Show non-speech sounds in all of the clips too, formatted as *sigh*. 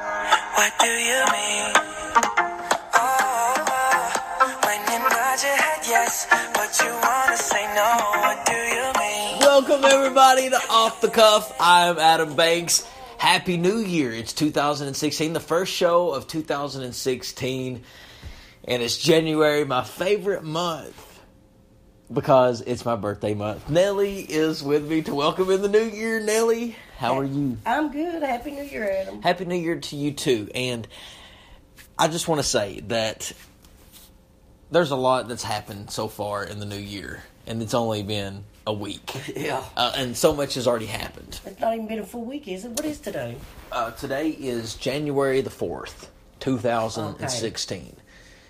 What do you mean? Oh, oh, oh. when inside your head, yes, but you wanna say no. What do you mean? Welcome, everybody, to Off the Cuff. I'm Adam Banks. Happy New Year. It's 2016, the first show of 2016, and it's January, my favorite month because it's my birthday month. Nelly is with me to welcome in the new year. Nelly, how are you? I'm good. Happy New Year, Adam. Happy New Year to you, too. And I just want to say that there's a lot that's happened so far in the new year, and it's only been a week. Yeah. uh, and so much has already happened. It's not even been a full week, is it? What is today? Uh, today is January the 4th, 2016.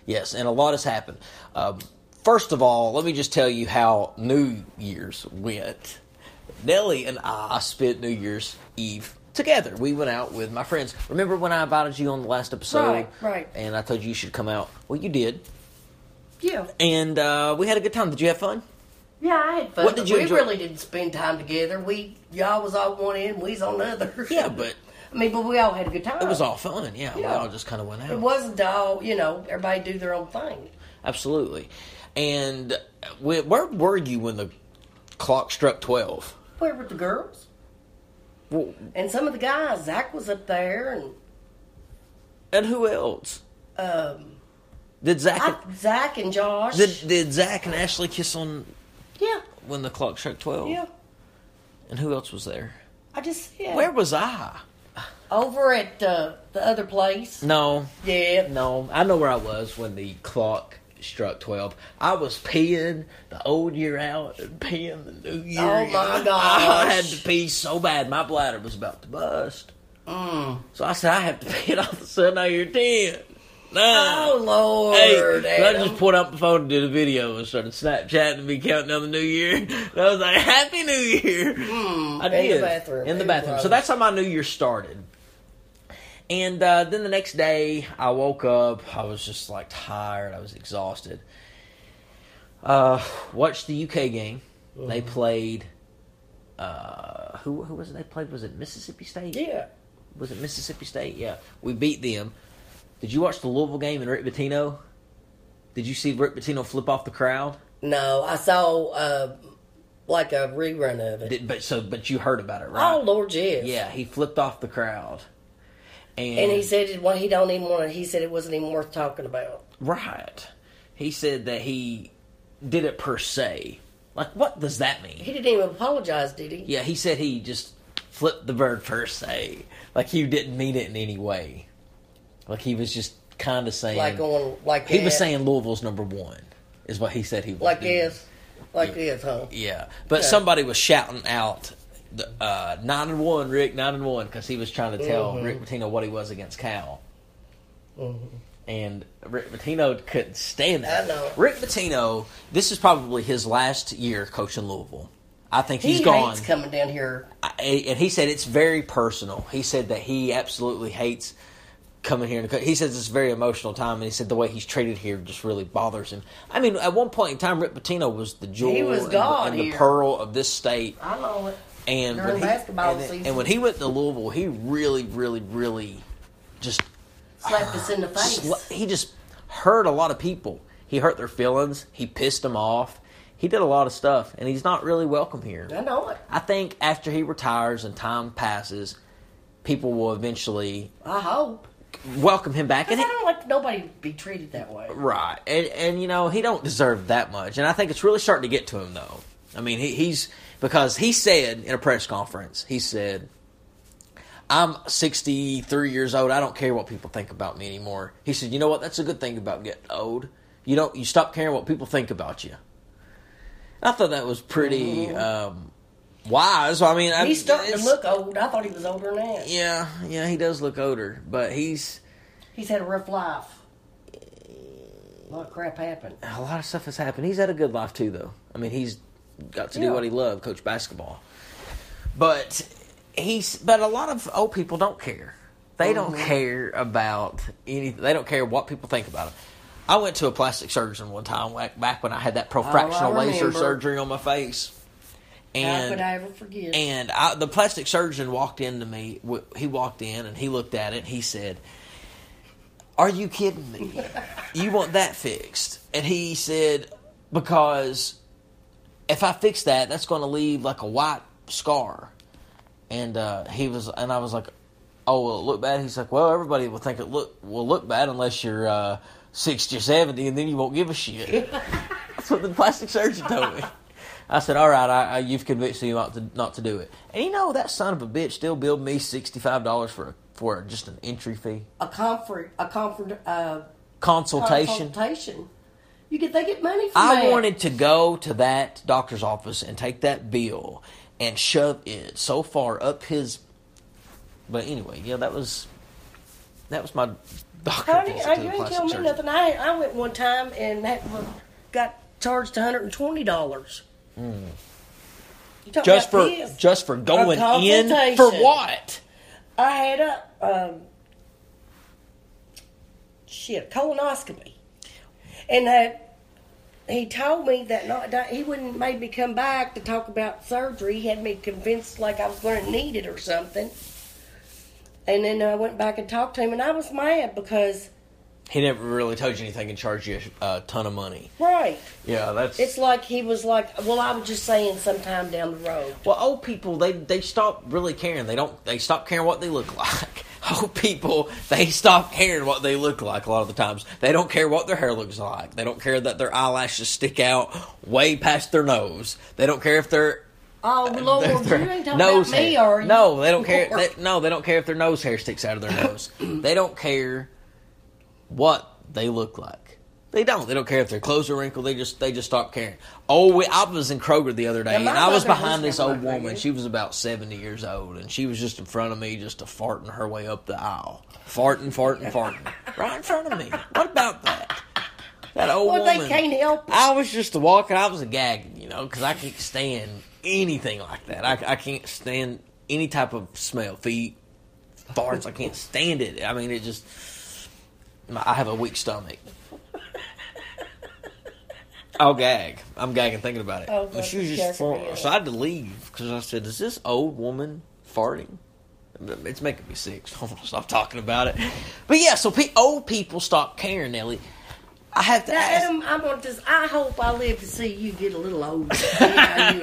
Yes, and a lot has happened. Um, first of all, let me just tell you how New Year's went. Nellie and I spent New Year's Eve together. We went out with my friends. Remember when I invited you on the last episode? Right, right. And I told you you should come out. Well, you did. Yeah. And uh, we had a good time. Did you have fun? Yeah, I had fun. What did but you we enjoy- really didn't spend time together. We y'all was on one end, we's on the other. Yeah, but- *laughs* I mean, but we all had a good time. It was all fun. Yeah, we Yeah. all just kind of went out. It wasn't all you know. Everybody do their own thing. Absolutely. And where, where were you when the clock struck 12? Where were the girls Well, and some of the guys? Zach was up there, and and who else? um, Did Zach I, Zach and Josh. did, did Zach and Ashley kiss on yeah, when the clock struck 12? yeah. And who else was there? I just said Where was I? over at uh, the other place. No. Yeah, No, I know where I was when the clock struck 12. I was peeing the old year out and peeing the new year. Oh, my out. I gosh. had to pee so bad, my bladder was about to bust. Mm. So I said, I have to pee, and all of a sudden I hear 10. Nine, Oh Lord, Hey, so I Adam. just pulled out my phone and did a video and started Snapchatting me counting down the new year. *laughs* And I was like, Happy New Year! I Hmm, in did. the bathroom. In the It bathroom. So was. that's how my new year started. And uh, then the next day, I woke up. I was just like tired. I was exhausted. Uh, watched the UK game. They played. Uh, who who was it? They played. Was it Mississippi State? yeah. was it Mississippi State? Yeah, we beat them. Did you watch the Louisville game and Rick Pitino? Did you see Rick Pitino flip off the crowd? No, I saw uh, like a rerun of it. Did, but so, but you heard about it, right? Oh Lord, yes. yeah, he flipped off the crowd, and, And he said it, well, he don't even want. to He said it wasn't even worth talking about. right, he said that he did it per se. Like, what does that mean? He didn't even apologize, did he? Yeah, he said he just flipped the bird per se. Like he didn't mean it in any way. Like he was just kind of saying. Like on like he that, was saying Louisville's number one is what he said he was. like doing. this, like this, huh? Yeah, but Yeah. somebody was shouting out the, uh, nine and one, Rick nine and one, because he was trying to tell Mm-hmm. Rick Pitino what he was against Cal. And Rick Pitino couldn't stand that. I know. Rick Pitino, this is probably his last year coaching Louisville. I think He he's gone. hates coming down here. I- and he said it's very personal. He said that he absolutely hates coming here. and He says it's a very emotional time, and he said the way he's treated here just really bothers him. I mean, at one point in time, Rick Pitino was the jewel He was and, the, God and the here. pearl of this state. I know it. And During when he, basketball and, season. and when he went to Louisville, he really, really, really just Slapped us in the face. sl- he just hurt a lot of people. He hurt their feelings. He pissed them off. He did a lot of stuff, and he's not really welcome here. I know it. I think after he retires and time passes, people will eventually I hope. welcome him back. 'Cause And I he, don't like nobody to be treated that way. right, and and you know he don't deserve that much. And I think it's really starting to get to him though. I mean, he, he's because he said in a press conference, he said, "I'm 63 years old. I don't care what people think about me anymore." He said, "You know what? That's a good thing about getting old. You don't you stop caring what people think about you." I thought that was pretty um, wise. I mean, I- Mm-hmm. He's starting to it's- look old. I thought he was older than that. Yeah, yeah, he does look older, but he's He's had a rough life. A lot of crap happened. a lot of stuff has happened. He's had a good life too, though. I mean, he's got to do Yeah. what he loved, coach basketball. But he's but a lot of old people don't care. They don't Mm-hmm. care about any. They don't care what people think about them. I went to a plastic surgeon one time back back when I had that profractional laser Oh, remember. surgery on my face, How and could I ever forget? And I, the plastic surgeon walked into me. w- He walked in and he looked at it. And he said, Are you kidding me? You want that fixed? And he said, Because if I fix that, that's going to leave like a white scar. And uh, he was, and I was like, "Oh, will it look bad?" He's like, "Well, everybody will think it look will look bad unless you're uh, sixty or seventy, and then you won't give a shit." That's what the plastic surgeon told me. I said, "All right, I, I, you've convinced me not to not to do it." And you know that son of a bitch still billed me sixty five dollars for a, for just an entry fee A comfort, a comfort, uh, consultation. consultation. You get they get money for I that. wanted to go to that doctor's office and take that bill and shove it so far up his. But anyway, yeah, that was that was my doctor. Honey, visit I, to the you ain't plastic telling me surgeon. nothing. I I went one time and that was, got charged one hundred and twenty dollars. Mm. Just for just for going in for consultation. what? I had a um, shit colonoscopy, and that he told me that not that he wouldn't made me come back to talk about surgery. He had me convinced like I was going to need it or something. And then I went back and talked to him, and I was mad because He never really told you anything and charged you a, a ton of money. right, Yeah, that's it's like he was like, well, I was just saying sometime down the road. Well, old people they they stop really caring. They don't they stop caring what they look *laughs* like. Old people they stop caring what they look like a lot of the times. They don't care what their hair looks like. They don't care that their eyelashes stick out way past their nose. They don't care if their Oh Lord, their, you their ain't talking nose about me, hair. are you? No, they don't care. Lord. They, no, they don't care if their nose hair sticks out of their *clears throat* nose. they don't care what they look like. They don't. They don't care if their clothes are wrinkled. They just they just stop caring. Oh, we, I was in Kroger the other day, Yeah, and my I was mother behind was this old never like that. woman. She was about seventy years old, and she was just in front of me, just a farting her way up the aisle, farting, farting, farting, *laughs* right in front of me. What about that? That old Well, woman. they can't help. it. I was just walking. I was gagging, you know, because I can't stand anything like that. I, I can't stand any type of smell, feet, farts. I can't stand it. I mean, it just. my- I have a weak stomach. I'll gag. I'm gagging thinking about it. Oh, And she was just that's far, terrible. so I had to leave because I said, "Is this old woman farting?" It's making me sick. So I'm gonna stop talking about it. But yeah, so pe- old people stop caring, Ellie. I have to Now, ask. Adam, I want this. I hope I live to see you get a *laughs* little older. Because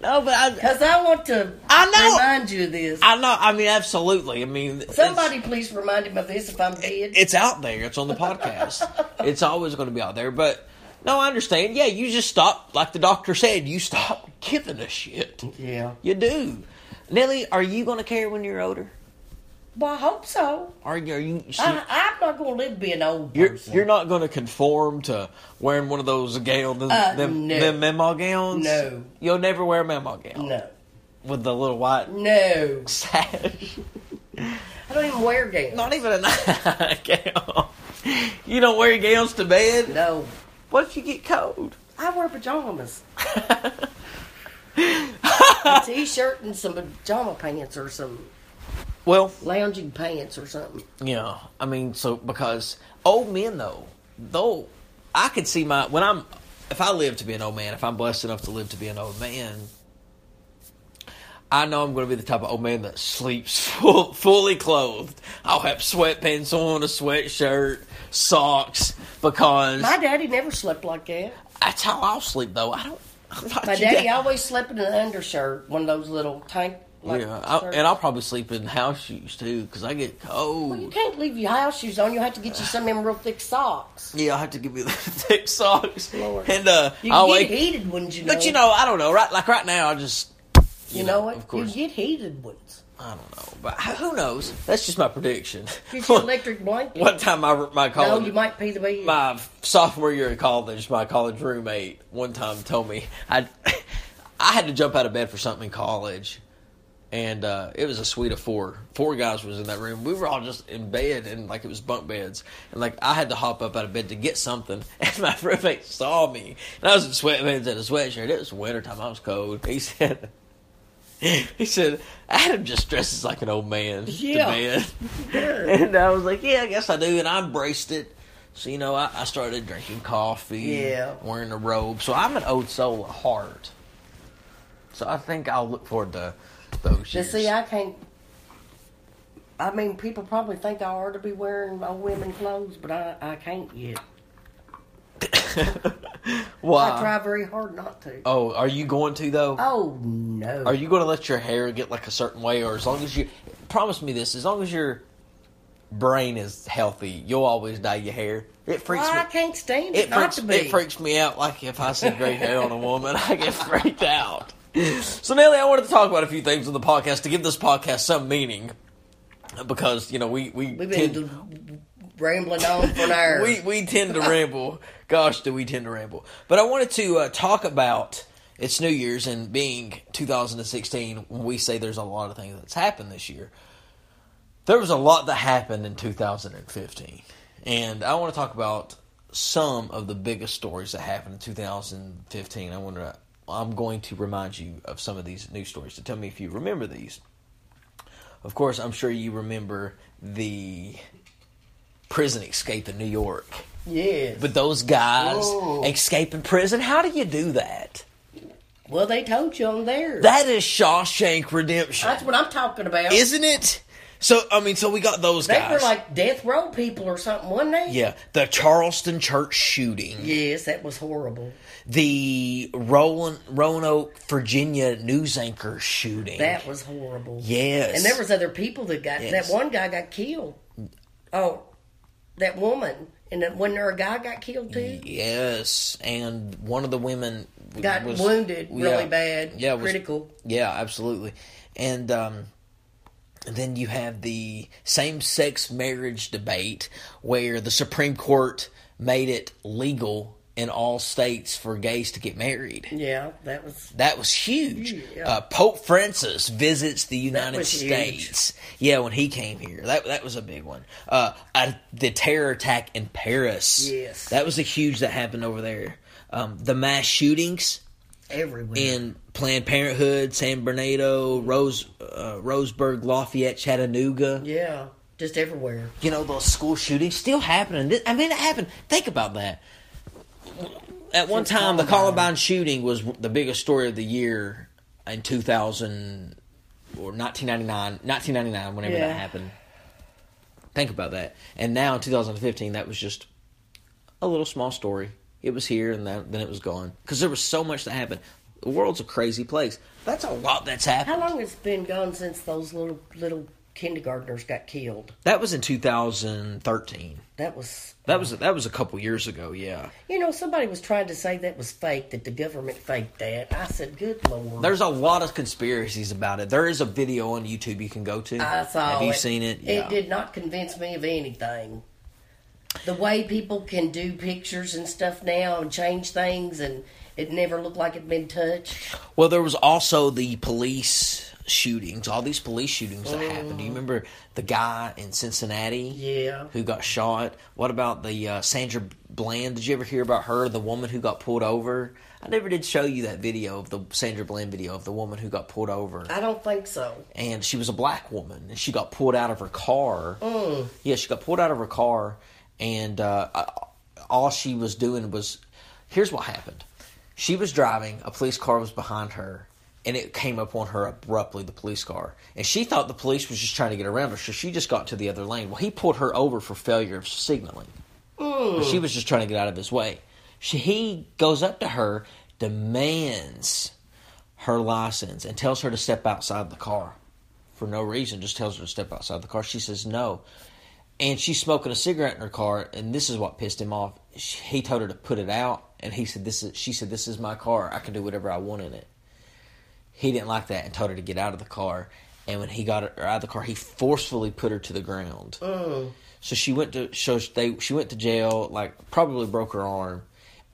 No, but I, I want to I know. remind you of this. I know. I mean, absolutely. I mean, it's- Somebody please remind him of this if I'm dead. It's, out there. It's on the *laughs* podcast. it's always going to be out there. But no, I understand. Yeah, you just stop. Like the doctor said, you stop *laughs* giving a shit. yeah. You do. Nelly, are you going to care when you're older? Well, I hope so. Are you? Are you? I, I'm not going to live being old. you're, person. you're not going to conform to wearing one of those gown, them, Uh, them, no. them mamaw gowns. No. you'll never wear a mamaw gown No. with the little white *laughs* No. sash. I don't even wear gowns. Not even a *laughs* night gown. You don't wear gowns to bed. No. What if you get cold? I *laughs* wear pajamas. a t-shirt and some pajama pants or some Well, lounging pants or something. yeah. I mean, so because old men though, though, I could see my when I'm if I live to be an old man, if I'm blessed enough to live to be an old man, I know I'm going to be the type of old man that sleeps *laughs* full, fully clothed. I'll have sweatpants on, a sweatshirt, socks because My daddy never slept like that. that's how I'll sleep though. I don't. I'm not *laughs* My your daddy dad. always slept in an undershirt, one of those little tank. Like, yeah, I, shirts. and I'll probably sleep in house shoes too because I get cold. Well, you can't leave your house shoes on. You'll have to get you some of them real thick socks. yeah, I have to give you *laughs* the thick socks. Lord. And uh, You I'll get wake. heated ones, you know. But you know, I don't know. Right, like right now, I just you, know, what? Of course, You get heated ones. I don't know, but h- who knows? That's just my prediction. Get your electric *laughs* blanket. One time, my my No, college, you might pee the *laughs* bed. my sophomore year in college, my college roommate one time told me I I had to jump out of bed for something in college, and uh, it was a suite of four. Four guys was in that room. We were all just in bed and like it was bunk beds, and like I had to hop up out of bed to get something, *laughs* and my roommate saw me, and I was in sweatpants and a sweatshirt. It was wintertime. I was cold. He said. *laughs* He said, Adam just dresses like an old man Yeah. to bed. And I was like, yeah, I guess I do. And I embraced it. So, you know, I, I started drinking coffee, Yeah. wearing a robe. So I'm an old soul at heart. So I think I'll look forward to those Now, years. see, I can't. I mean, people probably think I ought to be wearing my women clothes, but I, I can't yet. I Why? try very hard not to. Oh, are you going to though? Oh no! Are you going to let your hair get like a certain way, or as long as you promise me this, as long as your brain is healthy, you'll always dye your hair. It freaks Why I me. can't stand it, It not freaks, to be. it freaks me out. Like if I see gray hair on a woman, *laughs* I get freaked out. So Nelly, I wanted to talk about a few things on the podcast to give this podcast some meaning, because you know we we We've tend- been rambling on for an *laughs* hour. we we tend to ramble. Gosh, do we tend to ramble? But I wanted to uh, talk about it's New Year's and being 2016. When we say there's a lot of things that's happened this year, there was a lot that happened in 2015, and I want to talk about some of the biggest stories that happened in 2015. I want to. I'm going to remind you of some of these news stories. So tell me if you remember these. Of course, I'm sure you remember the prison escape in New York. yes. But those guys Whoa. escaping prison, how do you do that? well, they told you on there. That is Shawshank Redemption, That's what I'm talking about. isn't it? So I mean, so we got those they guys. were like death row people or something, wasn't they? yeah, the Charleston church shooting, Yes, that was horrible. the Rowan, Roanoke, Virginia news anchor shooting. That was horrible. yes, And there was other people that got Yes. that one guy got killed. Oh, that woman. And then wasn't there a guy got killed too? yes, and one of the women w- Got was- wounded really yeah, bad. Yeah, was- critical. Yeah, absolutely. And um, then you have the same sex marriage debate where the Supreme Court made it legal in all states for gays to get married. Yeah, that was That was huge. Yeah. Uh, Pope Francis visits the United was huge. States. Yeah, when he came here, that that was a big one. Uh, I, the terror attack in Paris. Yes. that was a huge that happened over there. Um, the mass shootings everywhere. in Planned Parenthood, San Bernardo, Rose, uh, Roseburg, Lafayette, Chattanooga. yeah, just everywhere. You know, those school shootings still happening. This- I mean, it happened. Think about that. At one Since time, the Columbine. Columbine shooting was the biggest story of the year in 2000 or 1999, 1999, whenever Yeah. that happened. Think about that. And now in 2015, that was just a little small story. It was here and that, then it was gone because there was so much that happened. The world's a crazy place. That's a lot that's happened. How long has it been gone since those little little kindergartners got killed? That was in 2013. That was That was that was a couple years ago. Yeah, you know somebody was trying to say that was fake that the government faked that. I said, good lord. there's a lot of conspiracies about it. There is a video on YouTube you can go to. I saw Have you it. seen it? It did not convince me of anything. The way people can do pictures and stuff now and change things and it never looked like it'd been touched. Well, there was also the police shootings. All these police shootings that happened. Do you remember the guy in Cincinnati? Yeah. Who got shot? What about the uh, Sandra Bland? Did you ever hear about her? The woman who got pulled over. I never did show you that video of the Sandra Bland video of the woman who got pulled over. I don't think so. and she was a black woman and she got pulled out of her car yeah she got pulled out of her car and uh, all she was doing was here's what happened she was driving a police car was behind her and it came up on her abruptly the police car and she thought the police was just trying to get around her so she just got to the other lane well he pulled her over for failure of signaling but she was just trying to get out of his way. She, he goes up to her, demands her license, and tells her to step outside the car for no reason. Just tells her to step outside the car. She says no, and she's smoking a cigarette in her car. And this is what pissed him off. She, he told her to put it out, and he said, "This is." She said, "This is my car. I can do whatever I want in it." He didn't like that and told her to get out of the car. And when he got her out of the car, he forcefully put her to the ground. So she went to so they she went to jail, like probably broke her arm,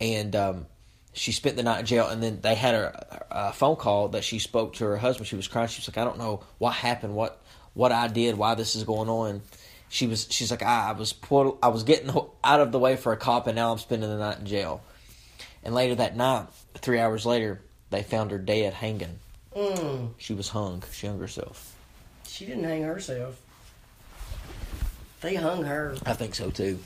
and um, she spent the night in jail. And then they had a, a phone call that she spoke to her husband. She was crying. She was like, "I don't know what happened, what what I did, why this is going on." She was she's like, "I, I was pulled, I was getting out of the way for a cop, and now I'm spending the night in jail." And later that night, three hours later, they found her dead, hanging. She was hung. She hung herself. Mm. She didn't hang herself. They hung her. I think so too.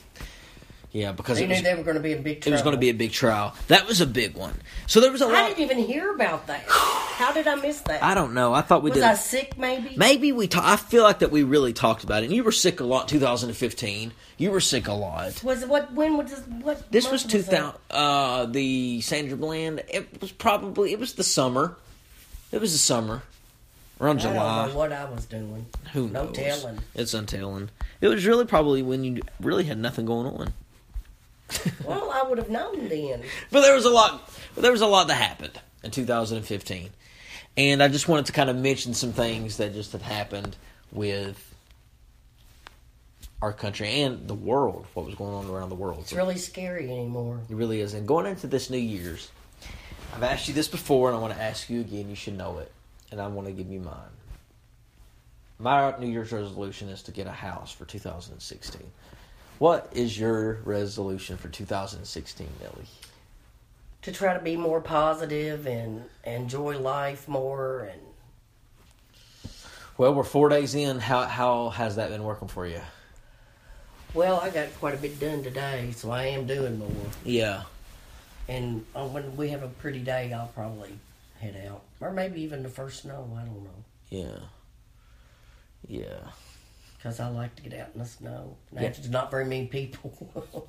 Yeah, because They it knew was, they were going to be in big it trouble. was going to be a big trial. That was a big one. So there was a I lot. didn't even hear about that. How did I miss that? I don't know. I thought we was did. I sick? Maybe. Maybe we. Ta- I feel like that we really talked about it. And you were sick a lot. in 2015. You were sick a lot. Was it what? When was this? What? This was month 2000. Uh, the Sandra Bland. It was probably. It was the summer. It was the summer. Around that? I don't know July. what I was doing. Who no knows? telling. It's untelling. It was really probably when you really had nothing going on. Well, I would have known then. but there was a lot but there was a lot that happened in 2015 and i just wanted to kind of mention some things that just have happened with our country and the world what was going on around the world It's really scary anymore. it really is and going into this new year's i've asked you this before and i want to ask you again you should know it and i want to give you mine my new year's resolution is to get a house for 2016 what is your resolution for 2016 millie To try to be more positive and enjoy life more and Well, we're four days in. How how has that been working for you? well, I got quite a bit done today, so I am doing more. Yeah, And uh, when we have a pretty day, I'll probably head out, or maybe even the first snow. I don't know, yeah, yeah. because I like to get out in the snow. Now, Yeah. if there's not very many people, *laughs*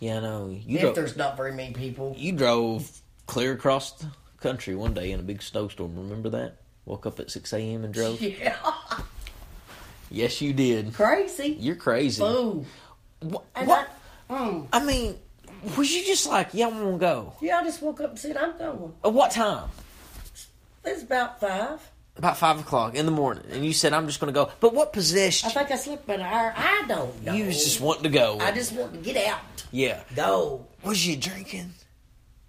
Yeah, I know. You if dro- there's not very many people, you drove clear across the country one day in a big snowstorm. Remember that? Woke up at six a.m. and drove. yeah, yes, you did. *laughs* crazy. You're crazy. Boo. What? And what? I, mm, I mean, was you just like, yeah, I'm gonna go? yeah, I just woke up and said I'm going. At what time? It's about five. About five o'clock in the morning, and you said, I'm just gonna go. But what possessed I you? think I slept about an hour. I don't know. You was just wanting to go. I just want to get out. yeah. Go. Was you drinking?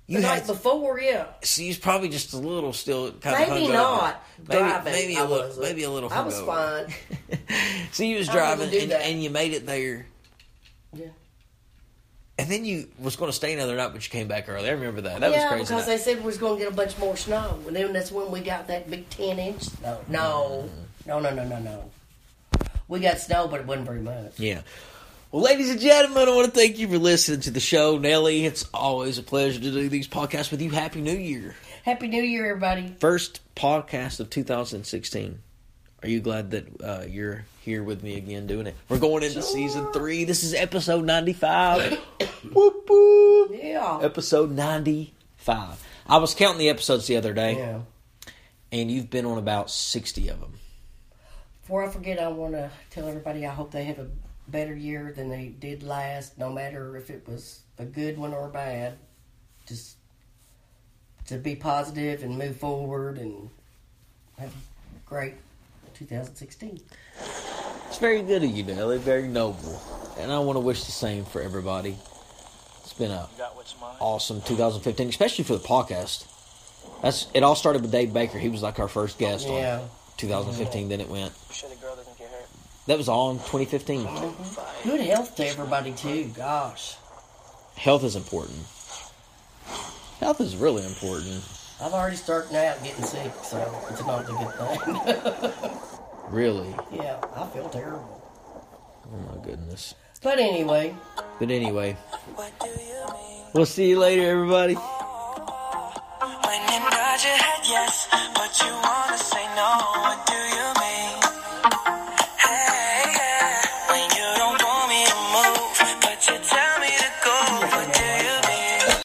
The You night before, yeah. So he's probably just a little still kind Maybe of hungover. not. Maybe driving. maybe I a little wasn't. maybe a little. I was hungover. fine. *laughs* so you was I wouldn't driving do and, that. and you made it there, Yeah. and then you was going to stay another night, but you came back early. I remember that. That yeah, was crazy. because they night. said we was going to get a bunch more snow, and then that's when we got that big ten inch snow. No, Mm. no, no, no, no, no. We got snow, but it wasn't very much. yeah. Well, ladies and gentlemen, I want to thank you for listening to the show, Nelly. It's always a pleasure to do these podcasts with you. Happy New Year! Happy New Year, everybody. First podcast of 2016. Are you glad that uh, you're here with me again doing it? We're going into season three. This is episode 95. *coughs* whoop, whoop. Yeah. episode 95. I was counting the episodes the other day, Yeah. and you've been on about 60 of them. Before I forget, I want to tell everybody I hope they have a better year than they did last, no matter if it was a good one or a bad. Just to be positive and move forward and have a great 2016. It's very good of you, Nelly. Very noble. And I want to wish the same for everybody. It's been a Got what's mine? awesome 2015, especially for the podcast. That's It all started with Dave Baker. He was like our first guest Yeah. on 2015. Then it went. Sure, the girl doesn't get hurt. That was all in 2015. Bye. Good health to everybody too. Gosh, Health is important. Health is really important. I've already starting out getting sick, so it's not a good Really. thing. *laughs* yeah, I feel terrible. Oh my goodness. But anyway, But anyway, What do you mean? we'll see you later, everybody. When you nod your head yes, but you wanna say no. What do you mean?